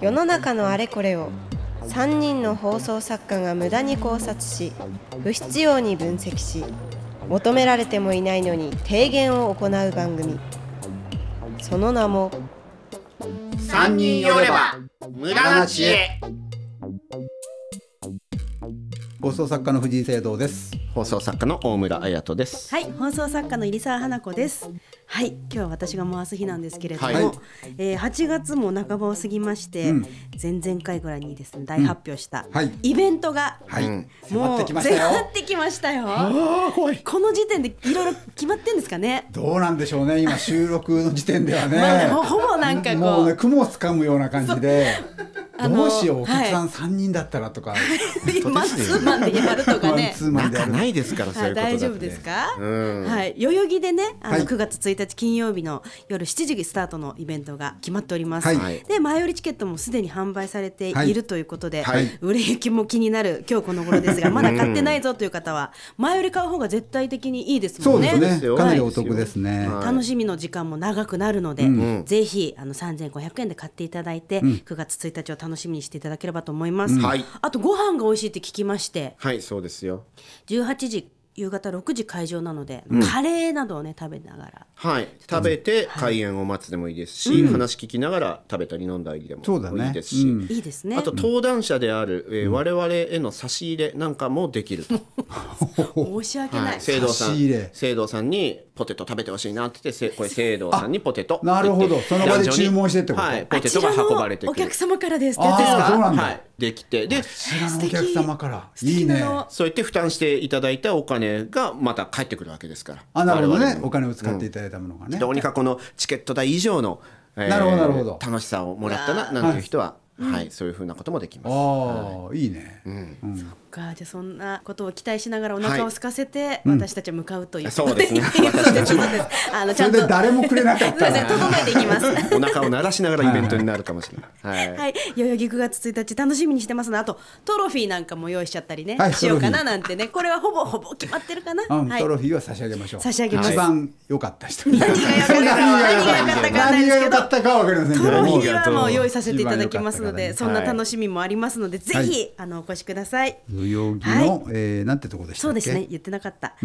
世の中のあれこれを3人の放送作家が無駄に考察し不必要に分析し求められてもいないのに提言を行う番組その名も三人寄れば無駄な知恵放送作家の藤井聖堂です。放送作家の大村彩人ですはい、放送作家の入澤花子です。はい、今日は私が回す日なんですけれども、はいえー8月も半ばを過ぎまして、うん前々回ぐらいにですね、大発表したはいイベントが、はい、うん迫ってきました迫よっ。てきましたよ。この時点でいろいろ決まってんですかね。どうなんでしょうね。今収録の時点ではまねだ。ほぼなんかこうもうね雲を掴むような感じで。あのどうしようお客さはん三人だったらとか、マンツーマンでやるとかマねン。ツーマンで仲やる。ないですからそうはいい、うことだって大丈夫ですか、うんはい、代々木でねあはのい9月1日金曜日の夜7時スタートのイベントが決まっております、はいで前売りチケットもすでに販売されてはいいるということで、はい売れ行きも気になる今日この頃で すがまだ買ってないぞという方は前売り買う方が絶対的にいいですそもうんでね。すですよね。かなりお得ですね。はい楽しみの時間も長くなるので、んぜひあの3500円で買っていただいて、9月1日を楽しみにしていただければと思います、はいあとご飯が美味しいって聞きましてはいそうですよ18時夕方6時会場なので、カレーなどをね食べながらはい食べて開演を待つでもいいですし、話聞きながら食べたり飲んだりでもそうだねいいですし、うんいいですねあと登壇者である、えー我々への差し入れなんかもでき ると、申し訳ない、はい、聖堂さ差んし入れ聖堂さんにポテト食べてほしいなって言ってせこれ聖堂さんにポテトなるほどって言ってその場で注文してってことはい、ポあテちトがら運ばれてのくおる客様からですってやつですああ、そうかなんだ。はい、できてで知らないお客様から。いいあね。のそうやって負担していただいたお金がまた返ってくるわけですからあ、なるほ我どね々。もお金を使っていただいたものがね。どうにかこのチケット代以上の、えなるほどなるほど楽しさをもらったななんていう人は、はい、そういうふうなこともでき ます。ああ、いいね。うんかじゃあそんなことを期待しながらお腹を空かせて、私たちは向かうと いう、そうですねそうですそうですあのちそゃれんとで誰もくれなかっ そうたですねら。整えていきます。 お腹を鳴らしながらイベントになるかもしれない。はいはい、代々木9月1日楽しみにしてますのであとトロフィーなんかも用意しちゃったりね、はいしようかトななんてねこれはほぼほぼ決まってるかな、うん、はトロい、フィーは差し上げましょう。差し上げます一番良かった人。何が良かったか何が良かったかわかんな何が良かったかわかりませいですけどんけトどロもフィーはもう用意させていただきますので、一そんな楽しみもありますので、ぜはひいあのお越しくださ番良かったいからね代々木の、えーなんてとこでしたそっうけですね言ってなかった、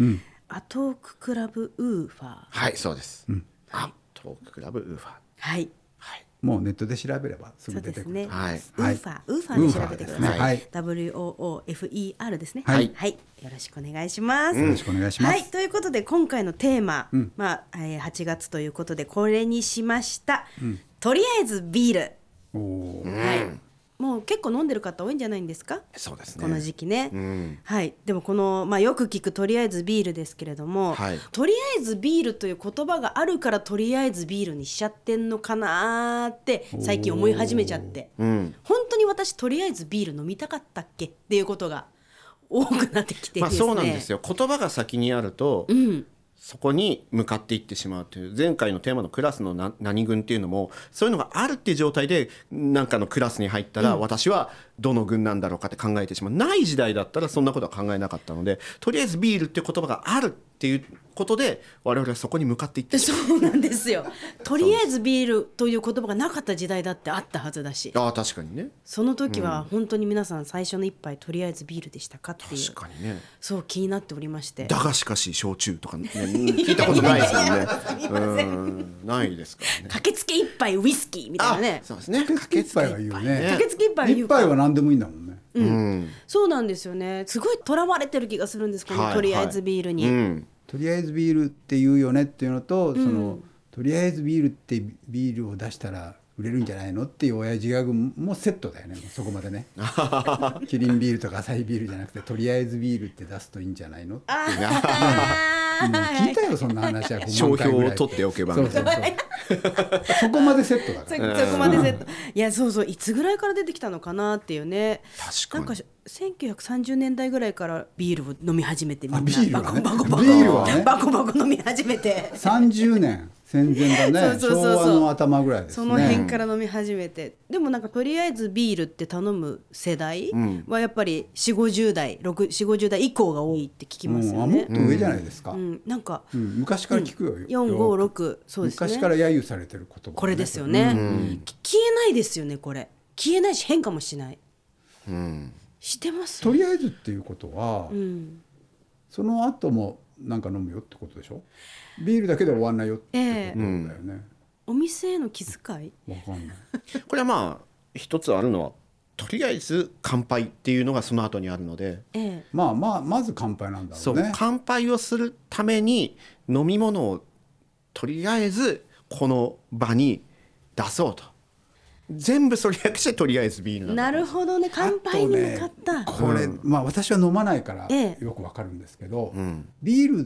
アトーククラブウーファーはい、そうです。あ、トーククラブウーファー。はいはい。もうネットで調べればすそぐう出でてすくるね、と。はいウーファーウーファーで調べてください、はい WOOFER ですねはいよろしくお願いします、よろしくお願いしますはいということで今回のテーマ、まあ、えー8月ということでこれにしました、とりあえずビール、おおー、はいもう結構飲んでる方多いんじゃないんですかそうですね。この時期ね、んはいでもこの、まあ、よく聞く「とりあえずビール」ですけれども、はいとりあえずビールという言葉があるからとりあえずビールにしちゃってんのかなーって最近思い始めちゃって、ん本当に私とりあえずビール飲みたかったっけっていうことが多くなってきてまあ、ですねそうなんですよ。言葉が先にあると、そこに向かっていってしまうという前回のテーマのクラスのな何軍っていうのもそういうのがあるっていう状態でなんかのクラスに入ったら、私はどの軍なんだろうかって考えてしまうない時代だったらそんなことは考えなかったのでとりあえずビールっていう言葉があるっていうことで我々はそこに向かっていってしそうなんで すよとりあえずビールという言葉がなかった時代だってあったはずだしまうああ確かにねその時は本当に皆さん最初の一杯とりあえずビールでしたかっていう確かにねそう気になっておりましてだがしかし焼酎とか、 ね、聞いたことないですよねうんないですから ね駆けつけ一杯ウイスキーみたいなねあそうですね駆けつけ一杯は言うね。駆けつけ一杯は言一うか杯は何でもいいんだもんね。うんそうなんですよねすごいとらわれてる気がするんですこの、はいとりあえずビールに、うんとりあえずビールって言うよねっていうのと、そのとりあえずビールってビールを出したら売れるんじゃないのっていう親父ギャグもセットだよねもうそこまでねキリンビールとかアサヒビールじゃなくてとりあえずビールって出すといいんじゃないのってもあうー聞いたよそんな話 は5商万回標ぐらいを取っておけばそうそうそうそこまでセットだそからそこまでセットいやそうそういつぐらいから出てきたのかなっていうね確かになんか1930年代ぐらいからビールを飲み始めてみんなあビールはねバコバコバコビールはねバコバコ飲み始めて30年戦前だねそうそうそうそう昭和の頭ぐらいですそねの辺から飲み始めて、でもなんかとりあえずビールって頼む世代んはやっぱり4 5 0代6 4 5 0代以降が多いって聞きますうんよあもっねと。上じゃないですか、うんなんかうん昔から聞くよ、 456そうですね昔から揶揄されてる言葉だね、これですよね、き消えないですよねこれ消えないし変化もしないうんしてますとりあえずっていうことは、うんその後もなんか飲むよってことでしょビールだけで終わんないよってことだよね、お店への気遣いわかんない これはまあ一つあるのはとりあえず乾杯っていうのがその後にあるのでええまあまあまず乾杯なんだそろう、うね乾杯をするために飲み物をとりあえずこの場に出そうと全部それ略してとりあえずビールななるほどね乾杯に向かった、これ、まあ私は飲まないからええよくわかるんですけど、んビール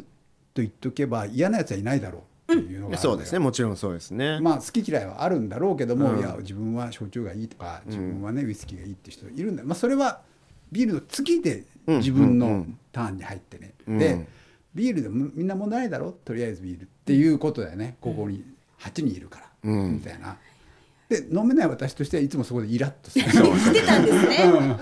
と言っとけば嫌なやつはいないだろうっていうのがあるんだよ、そうですねもちろんそうですね、まあ好き嫌いはあるんだろうけども、いや自分は焼酎がいいとか自分はね、ウイスキーがいいって人いるんだ、まあ、それはビールの次でうん自分うんうのんターンに入ってね、うんでビールでもみんな問題ないだろとりあえずビールっていうことだよねここに8人いるから、うんみたいな。で飲めない私としてはいつもそこでイラッとす る。してたんですね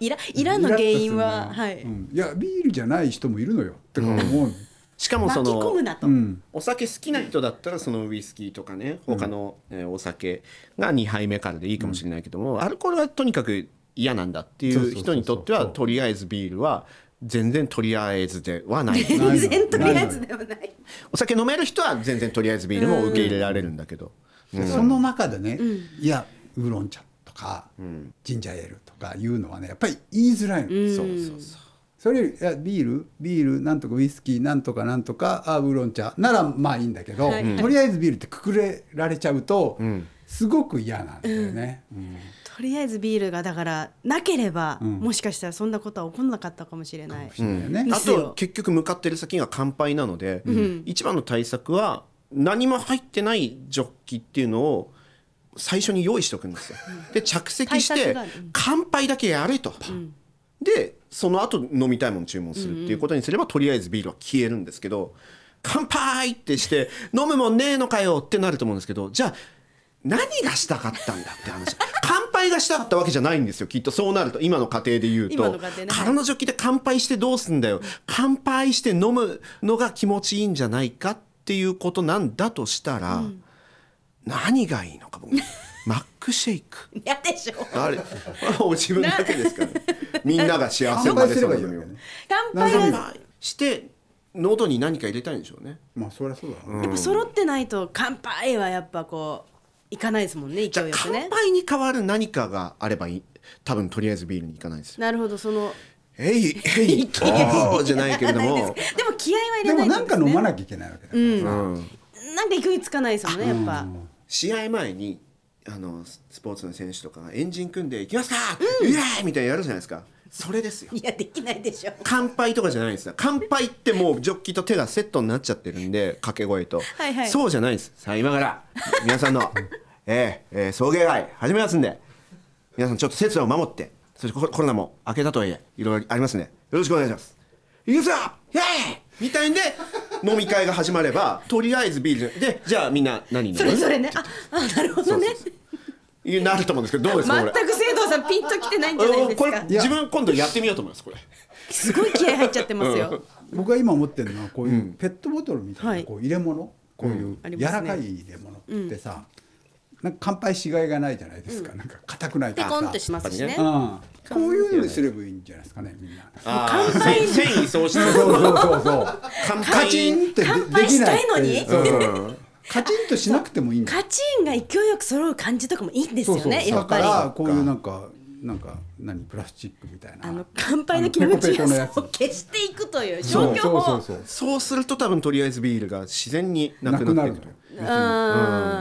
イライラの原因は、イラッとするなはい、うんいやビールじゃない人もいるのよとか思う、しかもそ巻き込のむなと、うんお酒好きな人だったらそのウイスキーとかね他のえーお酒が2杯目からでいいかもしれないけども、アルコールはとにかく嫌なんだっていそうそううそうそう人にとってはとりあえずビールは全然とりあえずではない 全然とりあえずではないお酒飲める人は全然とりあえずビールも受け入れられるんだけど、でその中でね、いやウーロン茶とか、ジンジャーエールとかいうのはねやっぱり言いづらいの、そうそうそうそれよりいやビールビールなんとかウイスキーなんとかなんとかあウーロン茶ならまあいいんだけど、はいとりあえずビールってくくれられちゃうと、すごく嫌なんだよね。うんとりあえずビールがだからなければ、んもしかしたらそんなことは起こんなかったかもしれない、そうだよねうんあですよと結局向かってる先が乾杯なので、一番の対策は何も入ってないジョッキっていうのを最初に用意しておくんですよ。で着席し対策てがあるうん乾杯だけやれと。でその後飲みたいもの注文するっていうことにすればとりあえずビールは消えるんですけど「乾杯!」ってして「飲むもんねえのかよ!」ってなると思うんですけどじゃあ何がしたかったんだって話乾杯がしたかったわけじゃないんですよきっとそうなると今の過程で言うと今の過程ね空のジョッキで乾杯してどうすんだよ乾杯して飲むのが気持ちいいんじゃないかっていうことなんだとしたら、何がいいのか僕マックシェイク嫌でしょあ れあ自分だけですから、ね、みんなが幸せ乾ま杯ですればいいそうなのわけだよよね。乾杯が乾や杯して喉に何か入れたいんでしょうねまあそりゃそうだろうね。っぱ揃ってないと乾杯はやっぱこういかないですもんねじゃあ勢いよく乾ね杯に代わる何かがあればいい多分とりあえずビールに行かないですよなるほどそのえいえいおーじゃないけれども ですでも気合は入でれなもいなんか飲まなきゃいけないわけだからさ、なんか勢いつかないですもんねやっぱ、試合前にあのススポーツの選手とかがエンジン組んで「いきますかイエーイ!」みたいなのやるじゃないですかそれですよいやできないでしょ乾杯とかじゃないんですよ乾杯ってもうジョッキと手がセットになっちゃってるんで掛け声とはいはいそうじゃないんですさあ今から皆さんの、 えーえー送迎会始めますんで皆さんちょっと節度を守ってそしてココロナも明けたとはいえいろいろありますんでよろしくお願いしますいくぞイエーイみたいんで飲み会が始まればとりあえずビールでじゃあみんな何飲むそれぞれねああなるほどねそうそういうなると思うんですけどどうですかこれ全く生徒さんピンときてないんじゃないですこかれ自分今度やってみようと思いますこれすごい気合入っちゃってますよ、僕が今思ってるのはこういうペットボトルみたはいいなこう入れ物、こういうあり柔ますねらかい入れ物ってさ、なんか乾杯しがいがないじゃないですか、なんか硬くないピからコさンとしますしやねっうん、こういうのにすればいいんじゃないですかねみんな。ああ繊維喪失そうそうそうそう。乾カチンってで乾杯できないしたいのにっていうそうカチンとしなくてもいいんだよ。カチンが勢いよく揃う感じとかもいいんですよそうねそうそう。やだっかぱりらこういうなんかなんか何プラスチックみたいな。あの乾杯の気持ちペコペコのやをつそう消していくというそ消う去そう法そううそう。そうすると多分とりあえずビールが自然にななくくななってるいくのよと。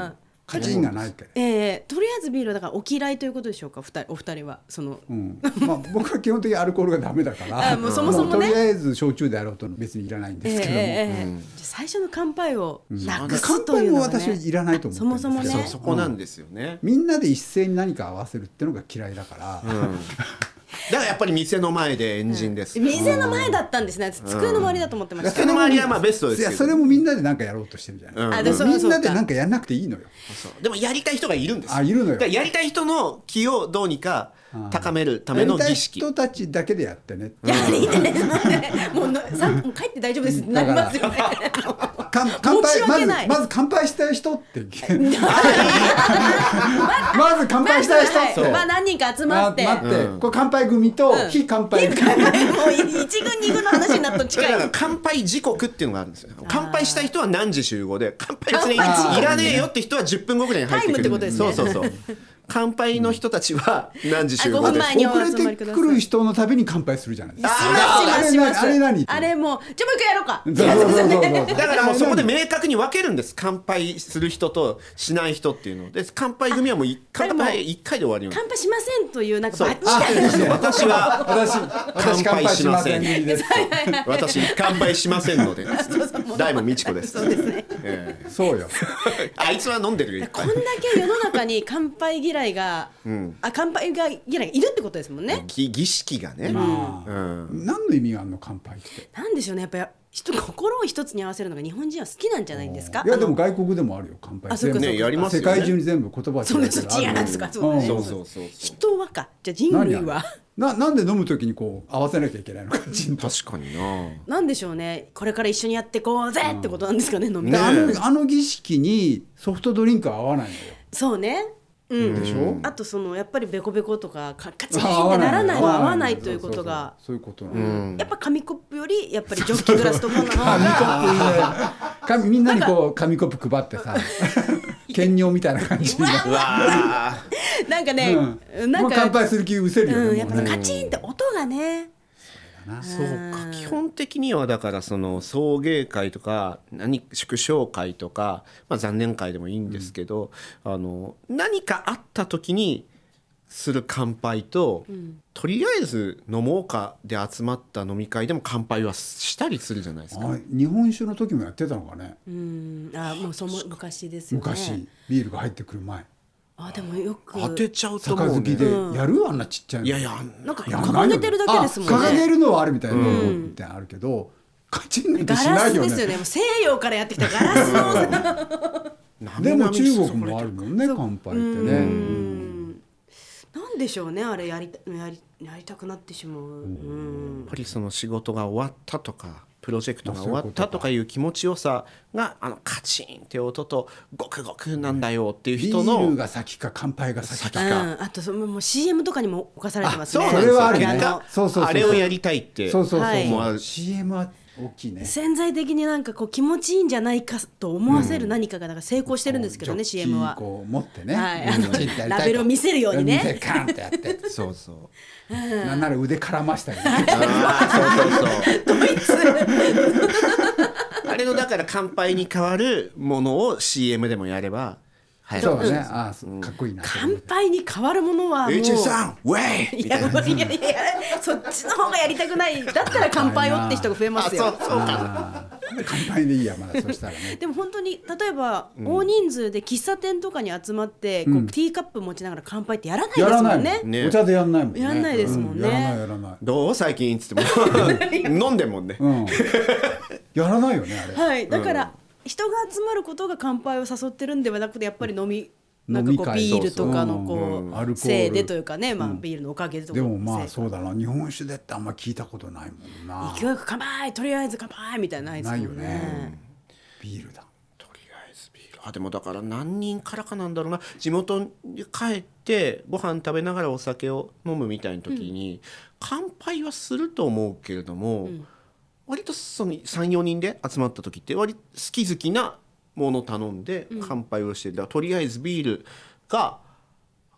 んカチンがないから。ええとりあえずビールだからお嫌いということでしょうか二人お二人はそのうん、まあ僕は基本的にアルコールがダメだかあらもうそもそもねうとりあえず焼酎であろうと別にいらないんえでえすけども、ええじゃあ最初の乾杯をなくす乾とい杯うものが、ね、私はいらないと思ってるんですけどそもそもねそうそこなんですよね。みんなで一斉に何か合わせるっていうのが嫌いだから、からやっぱり店の前でエンジンです、店の前だったんですね私机の周りだと思ってました机の周りはまあベストですいけどやそれもみんなでなんかやろうとしてるじゃない、うんあでもそうかみんなでそうかなんかやんなくていいのよそうでもやりたい人がいるんですあいるのよだからやりたい人の気をどうにか高めるためやのりたい儀式人たちだけでやってねや はりねもうのさもう帰って大丈夫ですってなりますよねかん乾申し杯ま訳ずないまず乾杯したい人って ま ず乾杯したい人まあそうまあ何人か集ままって待って、うんこれ乾杯組とん非乾杯組、もう一軍二軍の話になっとだ近かいら乾杯時刻っていうのがあるんですよ乾杯したい人は何時集合で乾杯別に乾杯時刻いらねえよって人は10分後ぐらいに入ってくるタイムってことですねそうそうそう乾杯の人たちは何時集あ合ごで飯前にお集遅れまりてくださいくる人のために乾杯するじゃないですかしますしますあしますれ何ああれれもうじゃあもう一回やろうそうそうそかうそうそうだからもうそこで明確に分けるんです乾杯する人としない人っていうので乾杯組はもうい乾杯1回で終わりなんです乾杯しませんというなんかそうバッチあリいいね私 は私私乾杯しません乾です私乾杯しませんので大門美智子ですそうですねええそうよあいつは飲んでるよいっこぱんいだけ世の中に乾杯嫌いが、あ乾杯が嫌いがいるってことですもんね。ぎ儀式がね、まうあ、ん、何の意味があるの乾杯ってなんでしょうねやっぱり人心を一つに合わせるのが日本人は好きなんじゃないんですか。いやでもあの外国でもあるよ乾杯あそうかそうかねやりますよね世界中に全部言葉そうですチアーズとかそうだね。そうそうそうそう人はかじゃあ人類は。ななんで飲むときにこう合わせなきゃいけないのか人と確かにななんでしょうねこれから一緒にやってこうぜってことなんですかね飲みねで会、あのあの儀式にソフトドリンクは合わないのよそうね。うん。でしょあとそのやっぱりベコベコとかカカチンあってならないのは合わないのということが。そうそうそうそういうことなのやっぱ紙コップよりやっぱりジョッキグラスとかの紙方コがップ 紙みんなにこう紙コップ配ってさ 兼任みたいな感じになうるわなんかね、うんなんまあか、乾杯する気失せるようん、ねやっもぱうねねカチンって音がね、ーそうか基本的にはだからその送迎会とか何祝勝会とか、まあ、残念会でもいいんですけど、あの何かあった時にする乾杯と、とりあえず飲もうかで集まった飲み会でも乾杯はしたりするじゃないですか。あ日本酒の時もやってたのかねうん、あもうその昔ですよね。昔ビールが入ってくる前あでもよく当てちゃうと思う、杯ね、でやるあんなちっちゃいのいやいやあんなんかやらない掲よげてるだけですもんね。あ掲げるのはあるみたいなみたいなのあるけどカチンなんてガしラないスよですよねね。もう西洋からやってきたガラス の。でも中国なみなみもあるもんね乾杯ってねうんなんでしょうねあれやりたやりやりたくなってしまう。うんやっぱりその仕事が終わったとかプロジェクトが終わったとかいう気持ちよさがあのカチンって音とごくごくなんだよっていうビ人ールのが先か乾杯が先先かうか。ん、あとそのもう CM とかにも侵されてますね。あそうなんですよそれはあるねなんかそのうそうそうあれをやりたいってそうそうはいそうもそうう CM は大きいね潜在的になんかこう気持ちいいんじゃないかと思わせる何かがなんか成功してるんですけどね CM は。こう持ってね、はいあのうんチンってやりたいとラベルを見せるようにね見せカーンってやってそうそうなんなら腕絡ましたりねあーそうそうそう あれのだから乾杯に代わるものを CM でもやればはいそうだねああそうかっこいいな乾杯に変わるものはもう。 H さんウ ェイいやいやいやいやそっちの方がやりたくないだったら乾杯をって人が増えまあそすうそようかあー乾杯でいいやまだそしたらねでも本当に例えば大人数で喫茶店とかに集まってこうティーカップ持ちながら乾杯って やらないでやすらもないんもんねねお茶でやんないもんねやんないですもんねうやらないやらないどう最近っ つっても飲んでんもんねうんやらないよねあ れはいだから人が集まることが乾杯を誘ってるんではなくてやっぱり飲みなんか飲みこう会ビールとかそのうそううんアルコーこうルせいでというかねまあビールのおかげでとかでもまあせいそうだな日本酒でってあんま聞いたことないもんな勢いよく乾杯とりあえず乾杯みたいなのないですもんないよねねビールだとりあえずビールあでもだから何人からかなんだろうな地元に帰ってご飯食べながらお酒を飲むみたいな時に、乾杯はすると思うけれども、割とその34人で集まった時って割と好き好きなもの頼んで乾杯をしてるだからとりあえずビールが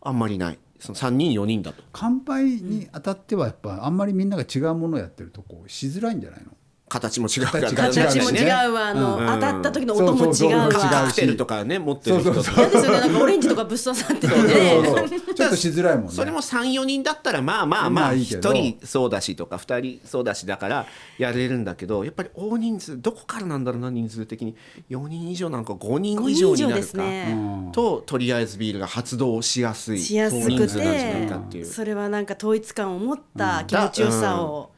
あんまりないその3人4人だと乾杯にあたってはやっぱあんまりみんなが違うものをやってるとこうしづらいんじゃないの形も違うから形が形もね違うわあの、うん当たった時の音もそうそう違うわそう違うカクテルとかね持ってる人そとうそうか嫌ですよねなんかオレンジとかぶっ刺さってて そうねそうそうちょっとしづらいもんねそれも34人だったらまあまあままああいいけ1ど人そうだしとか2人そうだしだからやれるんだけどやっぱり大人数どこからなんだろうな人数的に4人以上なんか5人以上にな5人以上でるすか、ねととりあえずビールが発動しやすいしやす人く数なんじゃないかっていてう。それはなんか統一感を持った気持ちよさを、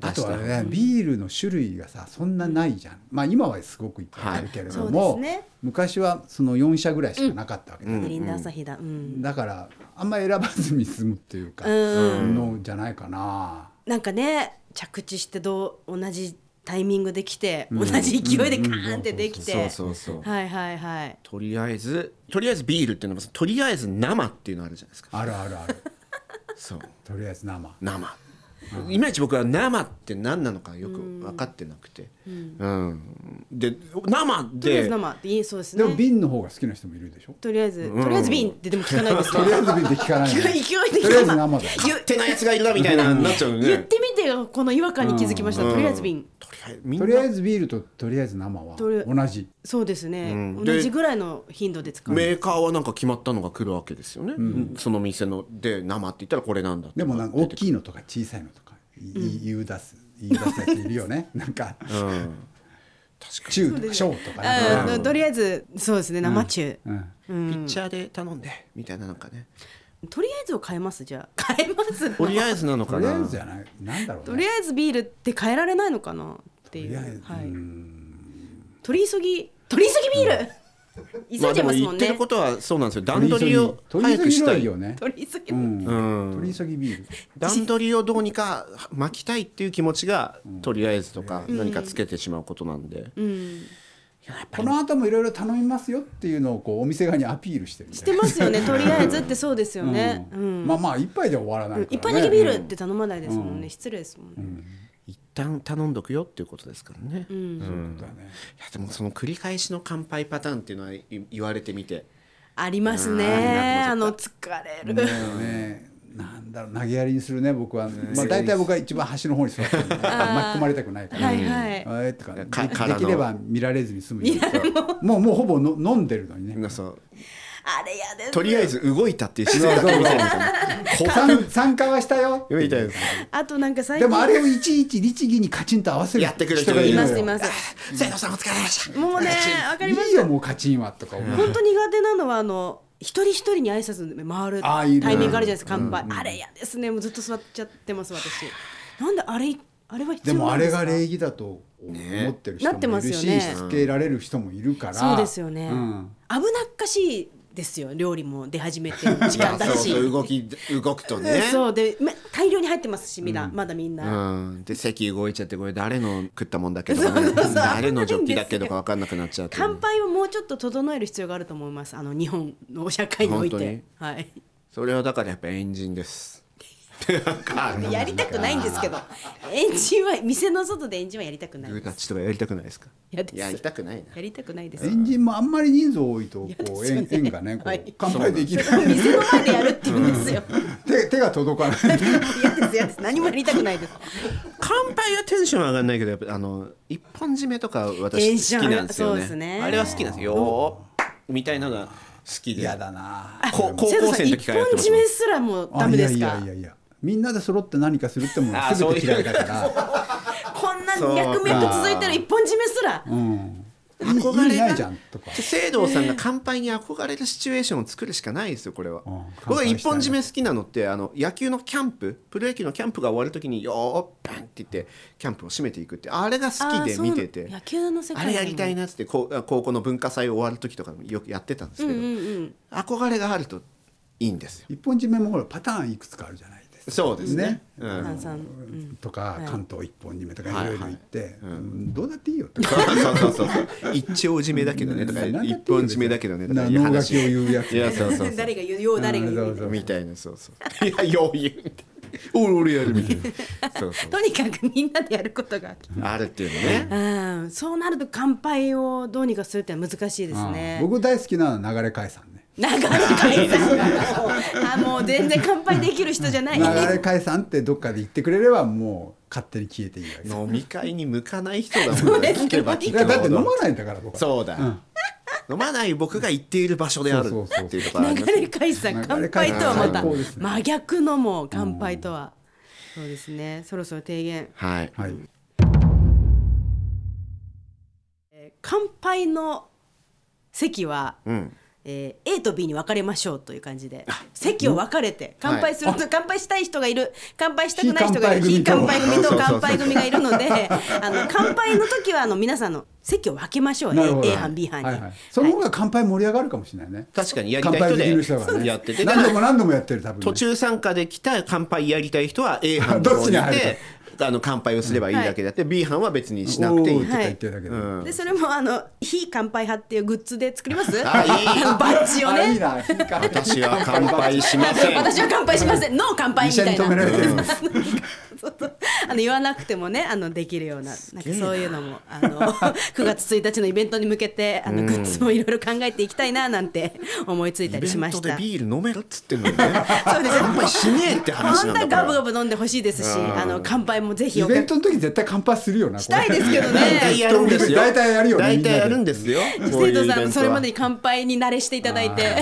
あとは出しねビールの種類がさそんなないじゃん、まあ今はすごくいっぱいあるけれども、はいそうですね昔はその4社ぐらいしかなかったわけだ,、グリーンダー朝日だうん、だからあんま選ばずに済むっていうか、うんのじゃないかな、なんかね着地してどう同じタイミングできて、同じ勢いでカーンってできて、たそうそうそうはいはいはいとりあえずとりあえずビールっていうのもとりあえず生っていうのあるじゃないですかあるあるあ るそうとりあえず生生いまいち僕は生って何なのかよく分かってなくて、うんで生とりあでえず生っていいそうですでもね瓶の方が好きな人もいるでしょとりあえず、とりあえず瓶ってでも聞かないで すとりあえねず瓶で聞かないの勢いで 聞かないとりあえず生 だよ言ってないやつがいるなみたいなになっちゃうよね言ってみてよこの違和感に気づきました、とりあえず瓶とりあえずみんとなりあえずビールととりあえず生はとりあえ同じそうですね、ん同じぐらいの頻度で使うメーカーはなんか決まったのが来るわけですよね、その店ので生って言ったらこれなんだってでもなんか大きいのとか小さいのとかい言い出す言い出すやついるよねなんかうん中とか小とかねあーとりあえずそうですね生中、うんピッチャーで頼んでみたいななんかねとりあえずを変えますじゃあ変えますとりあえずなのとかりなあえずじゃないなんだろとうりねあえずビールって変えられないのかなっていとうりあえずはい、取り急ぎ取り急ぎビール、急いでます言もっんてるね、ことはそうなんですよ段取りを取り早急ぎくしたい取り急ぎいよね取り急ぎ、うんうん取り急ぎビール段取りをどうにか巻きたいっていう気持ちがとりあえずとか何かつけてしまうことなんで、うん、この後もいろいろ頼みますよっていうのをこうお店側にアピールしてるんだしよてますよねとりあえずってそうですよね、ううんんまあまあ一杯では終わらないからね一杯だけビールって頼まないですもんね、失礼ですもんね、一旦頼んどくよっていうことですからね、いうんそうだねやでもその繰り返しの乾杯パターンっていうのはい言われてみてありますね、うんあの疲れる、もうねなんだろう投げやりにするね僕は、まあ、大体僕は一番端の方に座ってるんで巻き込まれたくないから、はいはいあえとかでかからのできれば見られずに済むようにもうもうほぼの飲んでるのにね皆さんあれやですとりあえず動いたっていう姿そう勢そうがそう見たい参参加はしたよみたいですあとなんか最で近もあれをいちいち律儀にカチンと合わせるやってくれる人人ががいいるいるのまよすいます斉藤さんお疲れ様でしたもうねわかりまいすいよもうカチンはとか思う、本当苦手なのはあの一人一人に挨拶回るあーいるタイミングあるじゃないですか乾杯、あれやですねもうずっと座っちゃってます私なんであれあれは必で要もなあんでれすかが礼儀だと思ってる人なってもまいするよし、ねしつけられる人もいるからそうですよね、うん危なっかしいですよ料理も出始めてる時間だ そうしそう動き動くとうねんそうでめ大量に入ってますしみんな、まだみんな、うん、で席動いちゃってこれ誰の食ったもんだっけど、そうそうそう誰のジョッキだっけとか分かんなくなっちゃって、乾杯をもうちょっと整える必要があると思いますあの日本の社会において、はい、それはだからやっぱエンジンです。なんかやりたくないんですけどエンジンは店の外でエンジンはやりたくないグーですタッチとかやりたくないですか。嫌ですやりたくないな。やりたくないですエンジンもあんまり人数多いと嫌こでうすよ円ね円がねこはいう乾杯できる店の前でやるって言うんですよ。手手が届かない 嫌です嫌です。何もやりたくないです。乾杯はテンション上がんないけどやっぱあの一本締めとかテン私ショ好ンきなんですよそうね。ですねあれは好きなんですよ。よーみたいなのが好きで。嫌だなこ高生徒校さ生んの一時から本やってます締もん。めすらもうあダメですいかやいやい。やいやみんなで揃って何かするってもあーうすべて嫌いだからこんなそうか脈々続いてる一本締めすら。うん憧れ意味がないじゃんとか聖堂さんが乾杯に憧れるシチュエーションを作るしかないですよこれは、うん僕が乾杯したい一本締め好きなのってあの野球のキャンププロ野球のキャンプが終わる時によーパンって言ってキャンプを締めていくってあれが好きで見てあーそうて野球の世界あれやりたいなっつってこうあ高校の文化祭終わる時とかもよくやってたんですけど、憧れがあるといいんですよ一本締めもほらパターンいくつかあるじゃないですかそうですねねうん炭酸うんとかい関東一本締めとかはいいろいろ言ってうんどうだっていいよとかそうそうそうそう一丁締めだけどねとかうん一本締めだけどねとかいうな能書話きを言うやついやそうそうそう 誰が言うよう誰が言うみたいみたいなそう そういや余裕みたいな俺俺やるみたいなそうそ なとにかくみんなでやることが。うあるっていうのねうん、そうなると乾杯をどうにかするってのは難しいですね。僕大好きなのは流れ解散ね流れ解散もうあもう全然乾杯できる人じ ゃない流れ解散ってどっかで言ってくれればもう勝手に消えていいわ け飲み会に向かない人だもんね聞けば聞いくやほどだって飲まないんだから僕はそうだ、飲まない僕が言っている場所であるそうそうそうっていうところあり流ますれ解散乾杯とはまた流れ解散最高ですね真逆のもう乾杯とは、そうですねそろそろ提言はいはい乾杯の席は、うんえー A と B に分かれましょうという感じで席を分かれて乾杯すると乾杯したい人がいる乾杯したくない人がいる非非乾乾杯杯組組とと乾杯組がいるのであの乾杯の時はあの皆さんの席を分けましょうなるほ A, ど A 班 B 班に、はいはいその方が乾杯盛り上がるかもしれないね確かにやりた乾い杯人できる人でがねやってて何度も何度もやってる多分ね途中参加できた乾杯やりたい人は A 班のど方っにちにい入るてあの乾杯をすればいいだけであって、B 班は別にしなくていおーいとか言ってるだけでうんでそれもあの非乾杯派っていうグッズで作りますあいいあのバッジをあいいねな乾杯私は乾杯しません私は乾杯しませんノー乾杯みたい医者に止めらなれてるんですそうそうあの言わなくてもねあのできるようななんかそういうのもあ の9月1日のイベントに向けてあのグッズもいろいろ考えていきたいななんて思いついたイりベしまンしトたで。ビール飲めるっつってんの にね乾杯しねえって話そなんんだなからガブガブ飲んでほしいですし、あの乾杯もぜひイおかベントの時絶対乾杯するよなしたいですけどね大体やるんですよ大体やるよね大体やるんですよこう生いう徒イベントさはんそれまでに乾杯に慣れしていただいて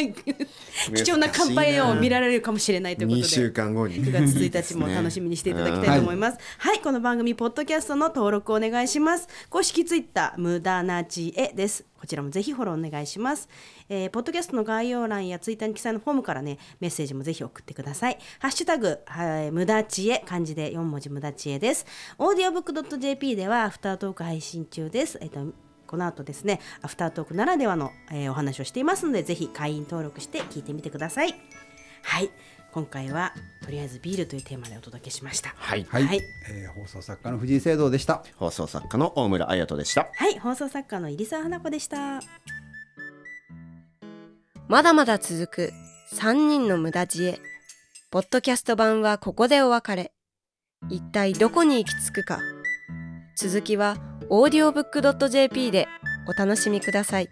貴重な乾杯を見られるかもしれないということで2週間後に9月1日も楽しみにしていただきたいと思います。はい、この番組ポッドキャストの登録お願いします。公式ツイッター無駄な知恵です。こちらもぜひフォローお願いします。えーポッドキャストの概要欄やツイッターに記載のフォームからね、メッセージもぜひ送ってください。ハッシュタグ、はい、無駄知恵、漢字で4文字無駄知恵です。オーディオブックドット JP ではアフタートーク配信中です。えっ、と、この後ですね、アフタートークならではの、えーお話をしていますので、ぜひ会員登録して聞いてみてください。はい今回はとりあえずビールというテーマでお届けしましたはいはい、はい えー放送作家の藤井聖堂でした放送作家の大村彩人でしたはい放送作家の入澤花子でしたまだまだ続く3人の無駄知恵。ポッドキャスト版はここでお別れ。一体どこに行き着くか。続きは audiobook.jp でお楽しみください。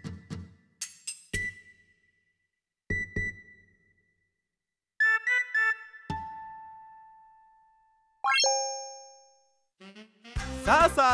さあさ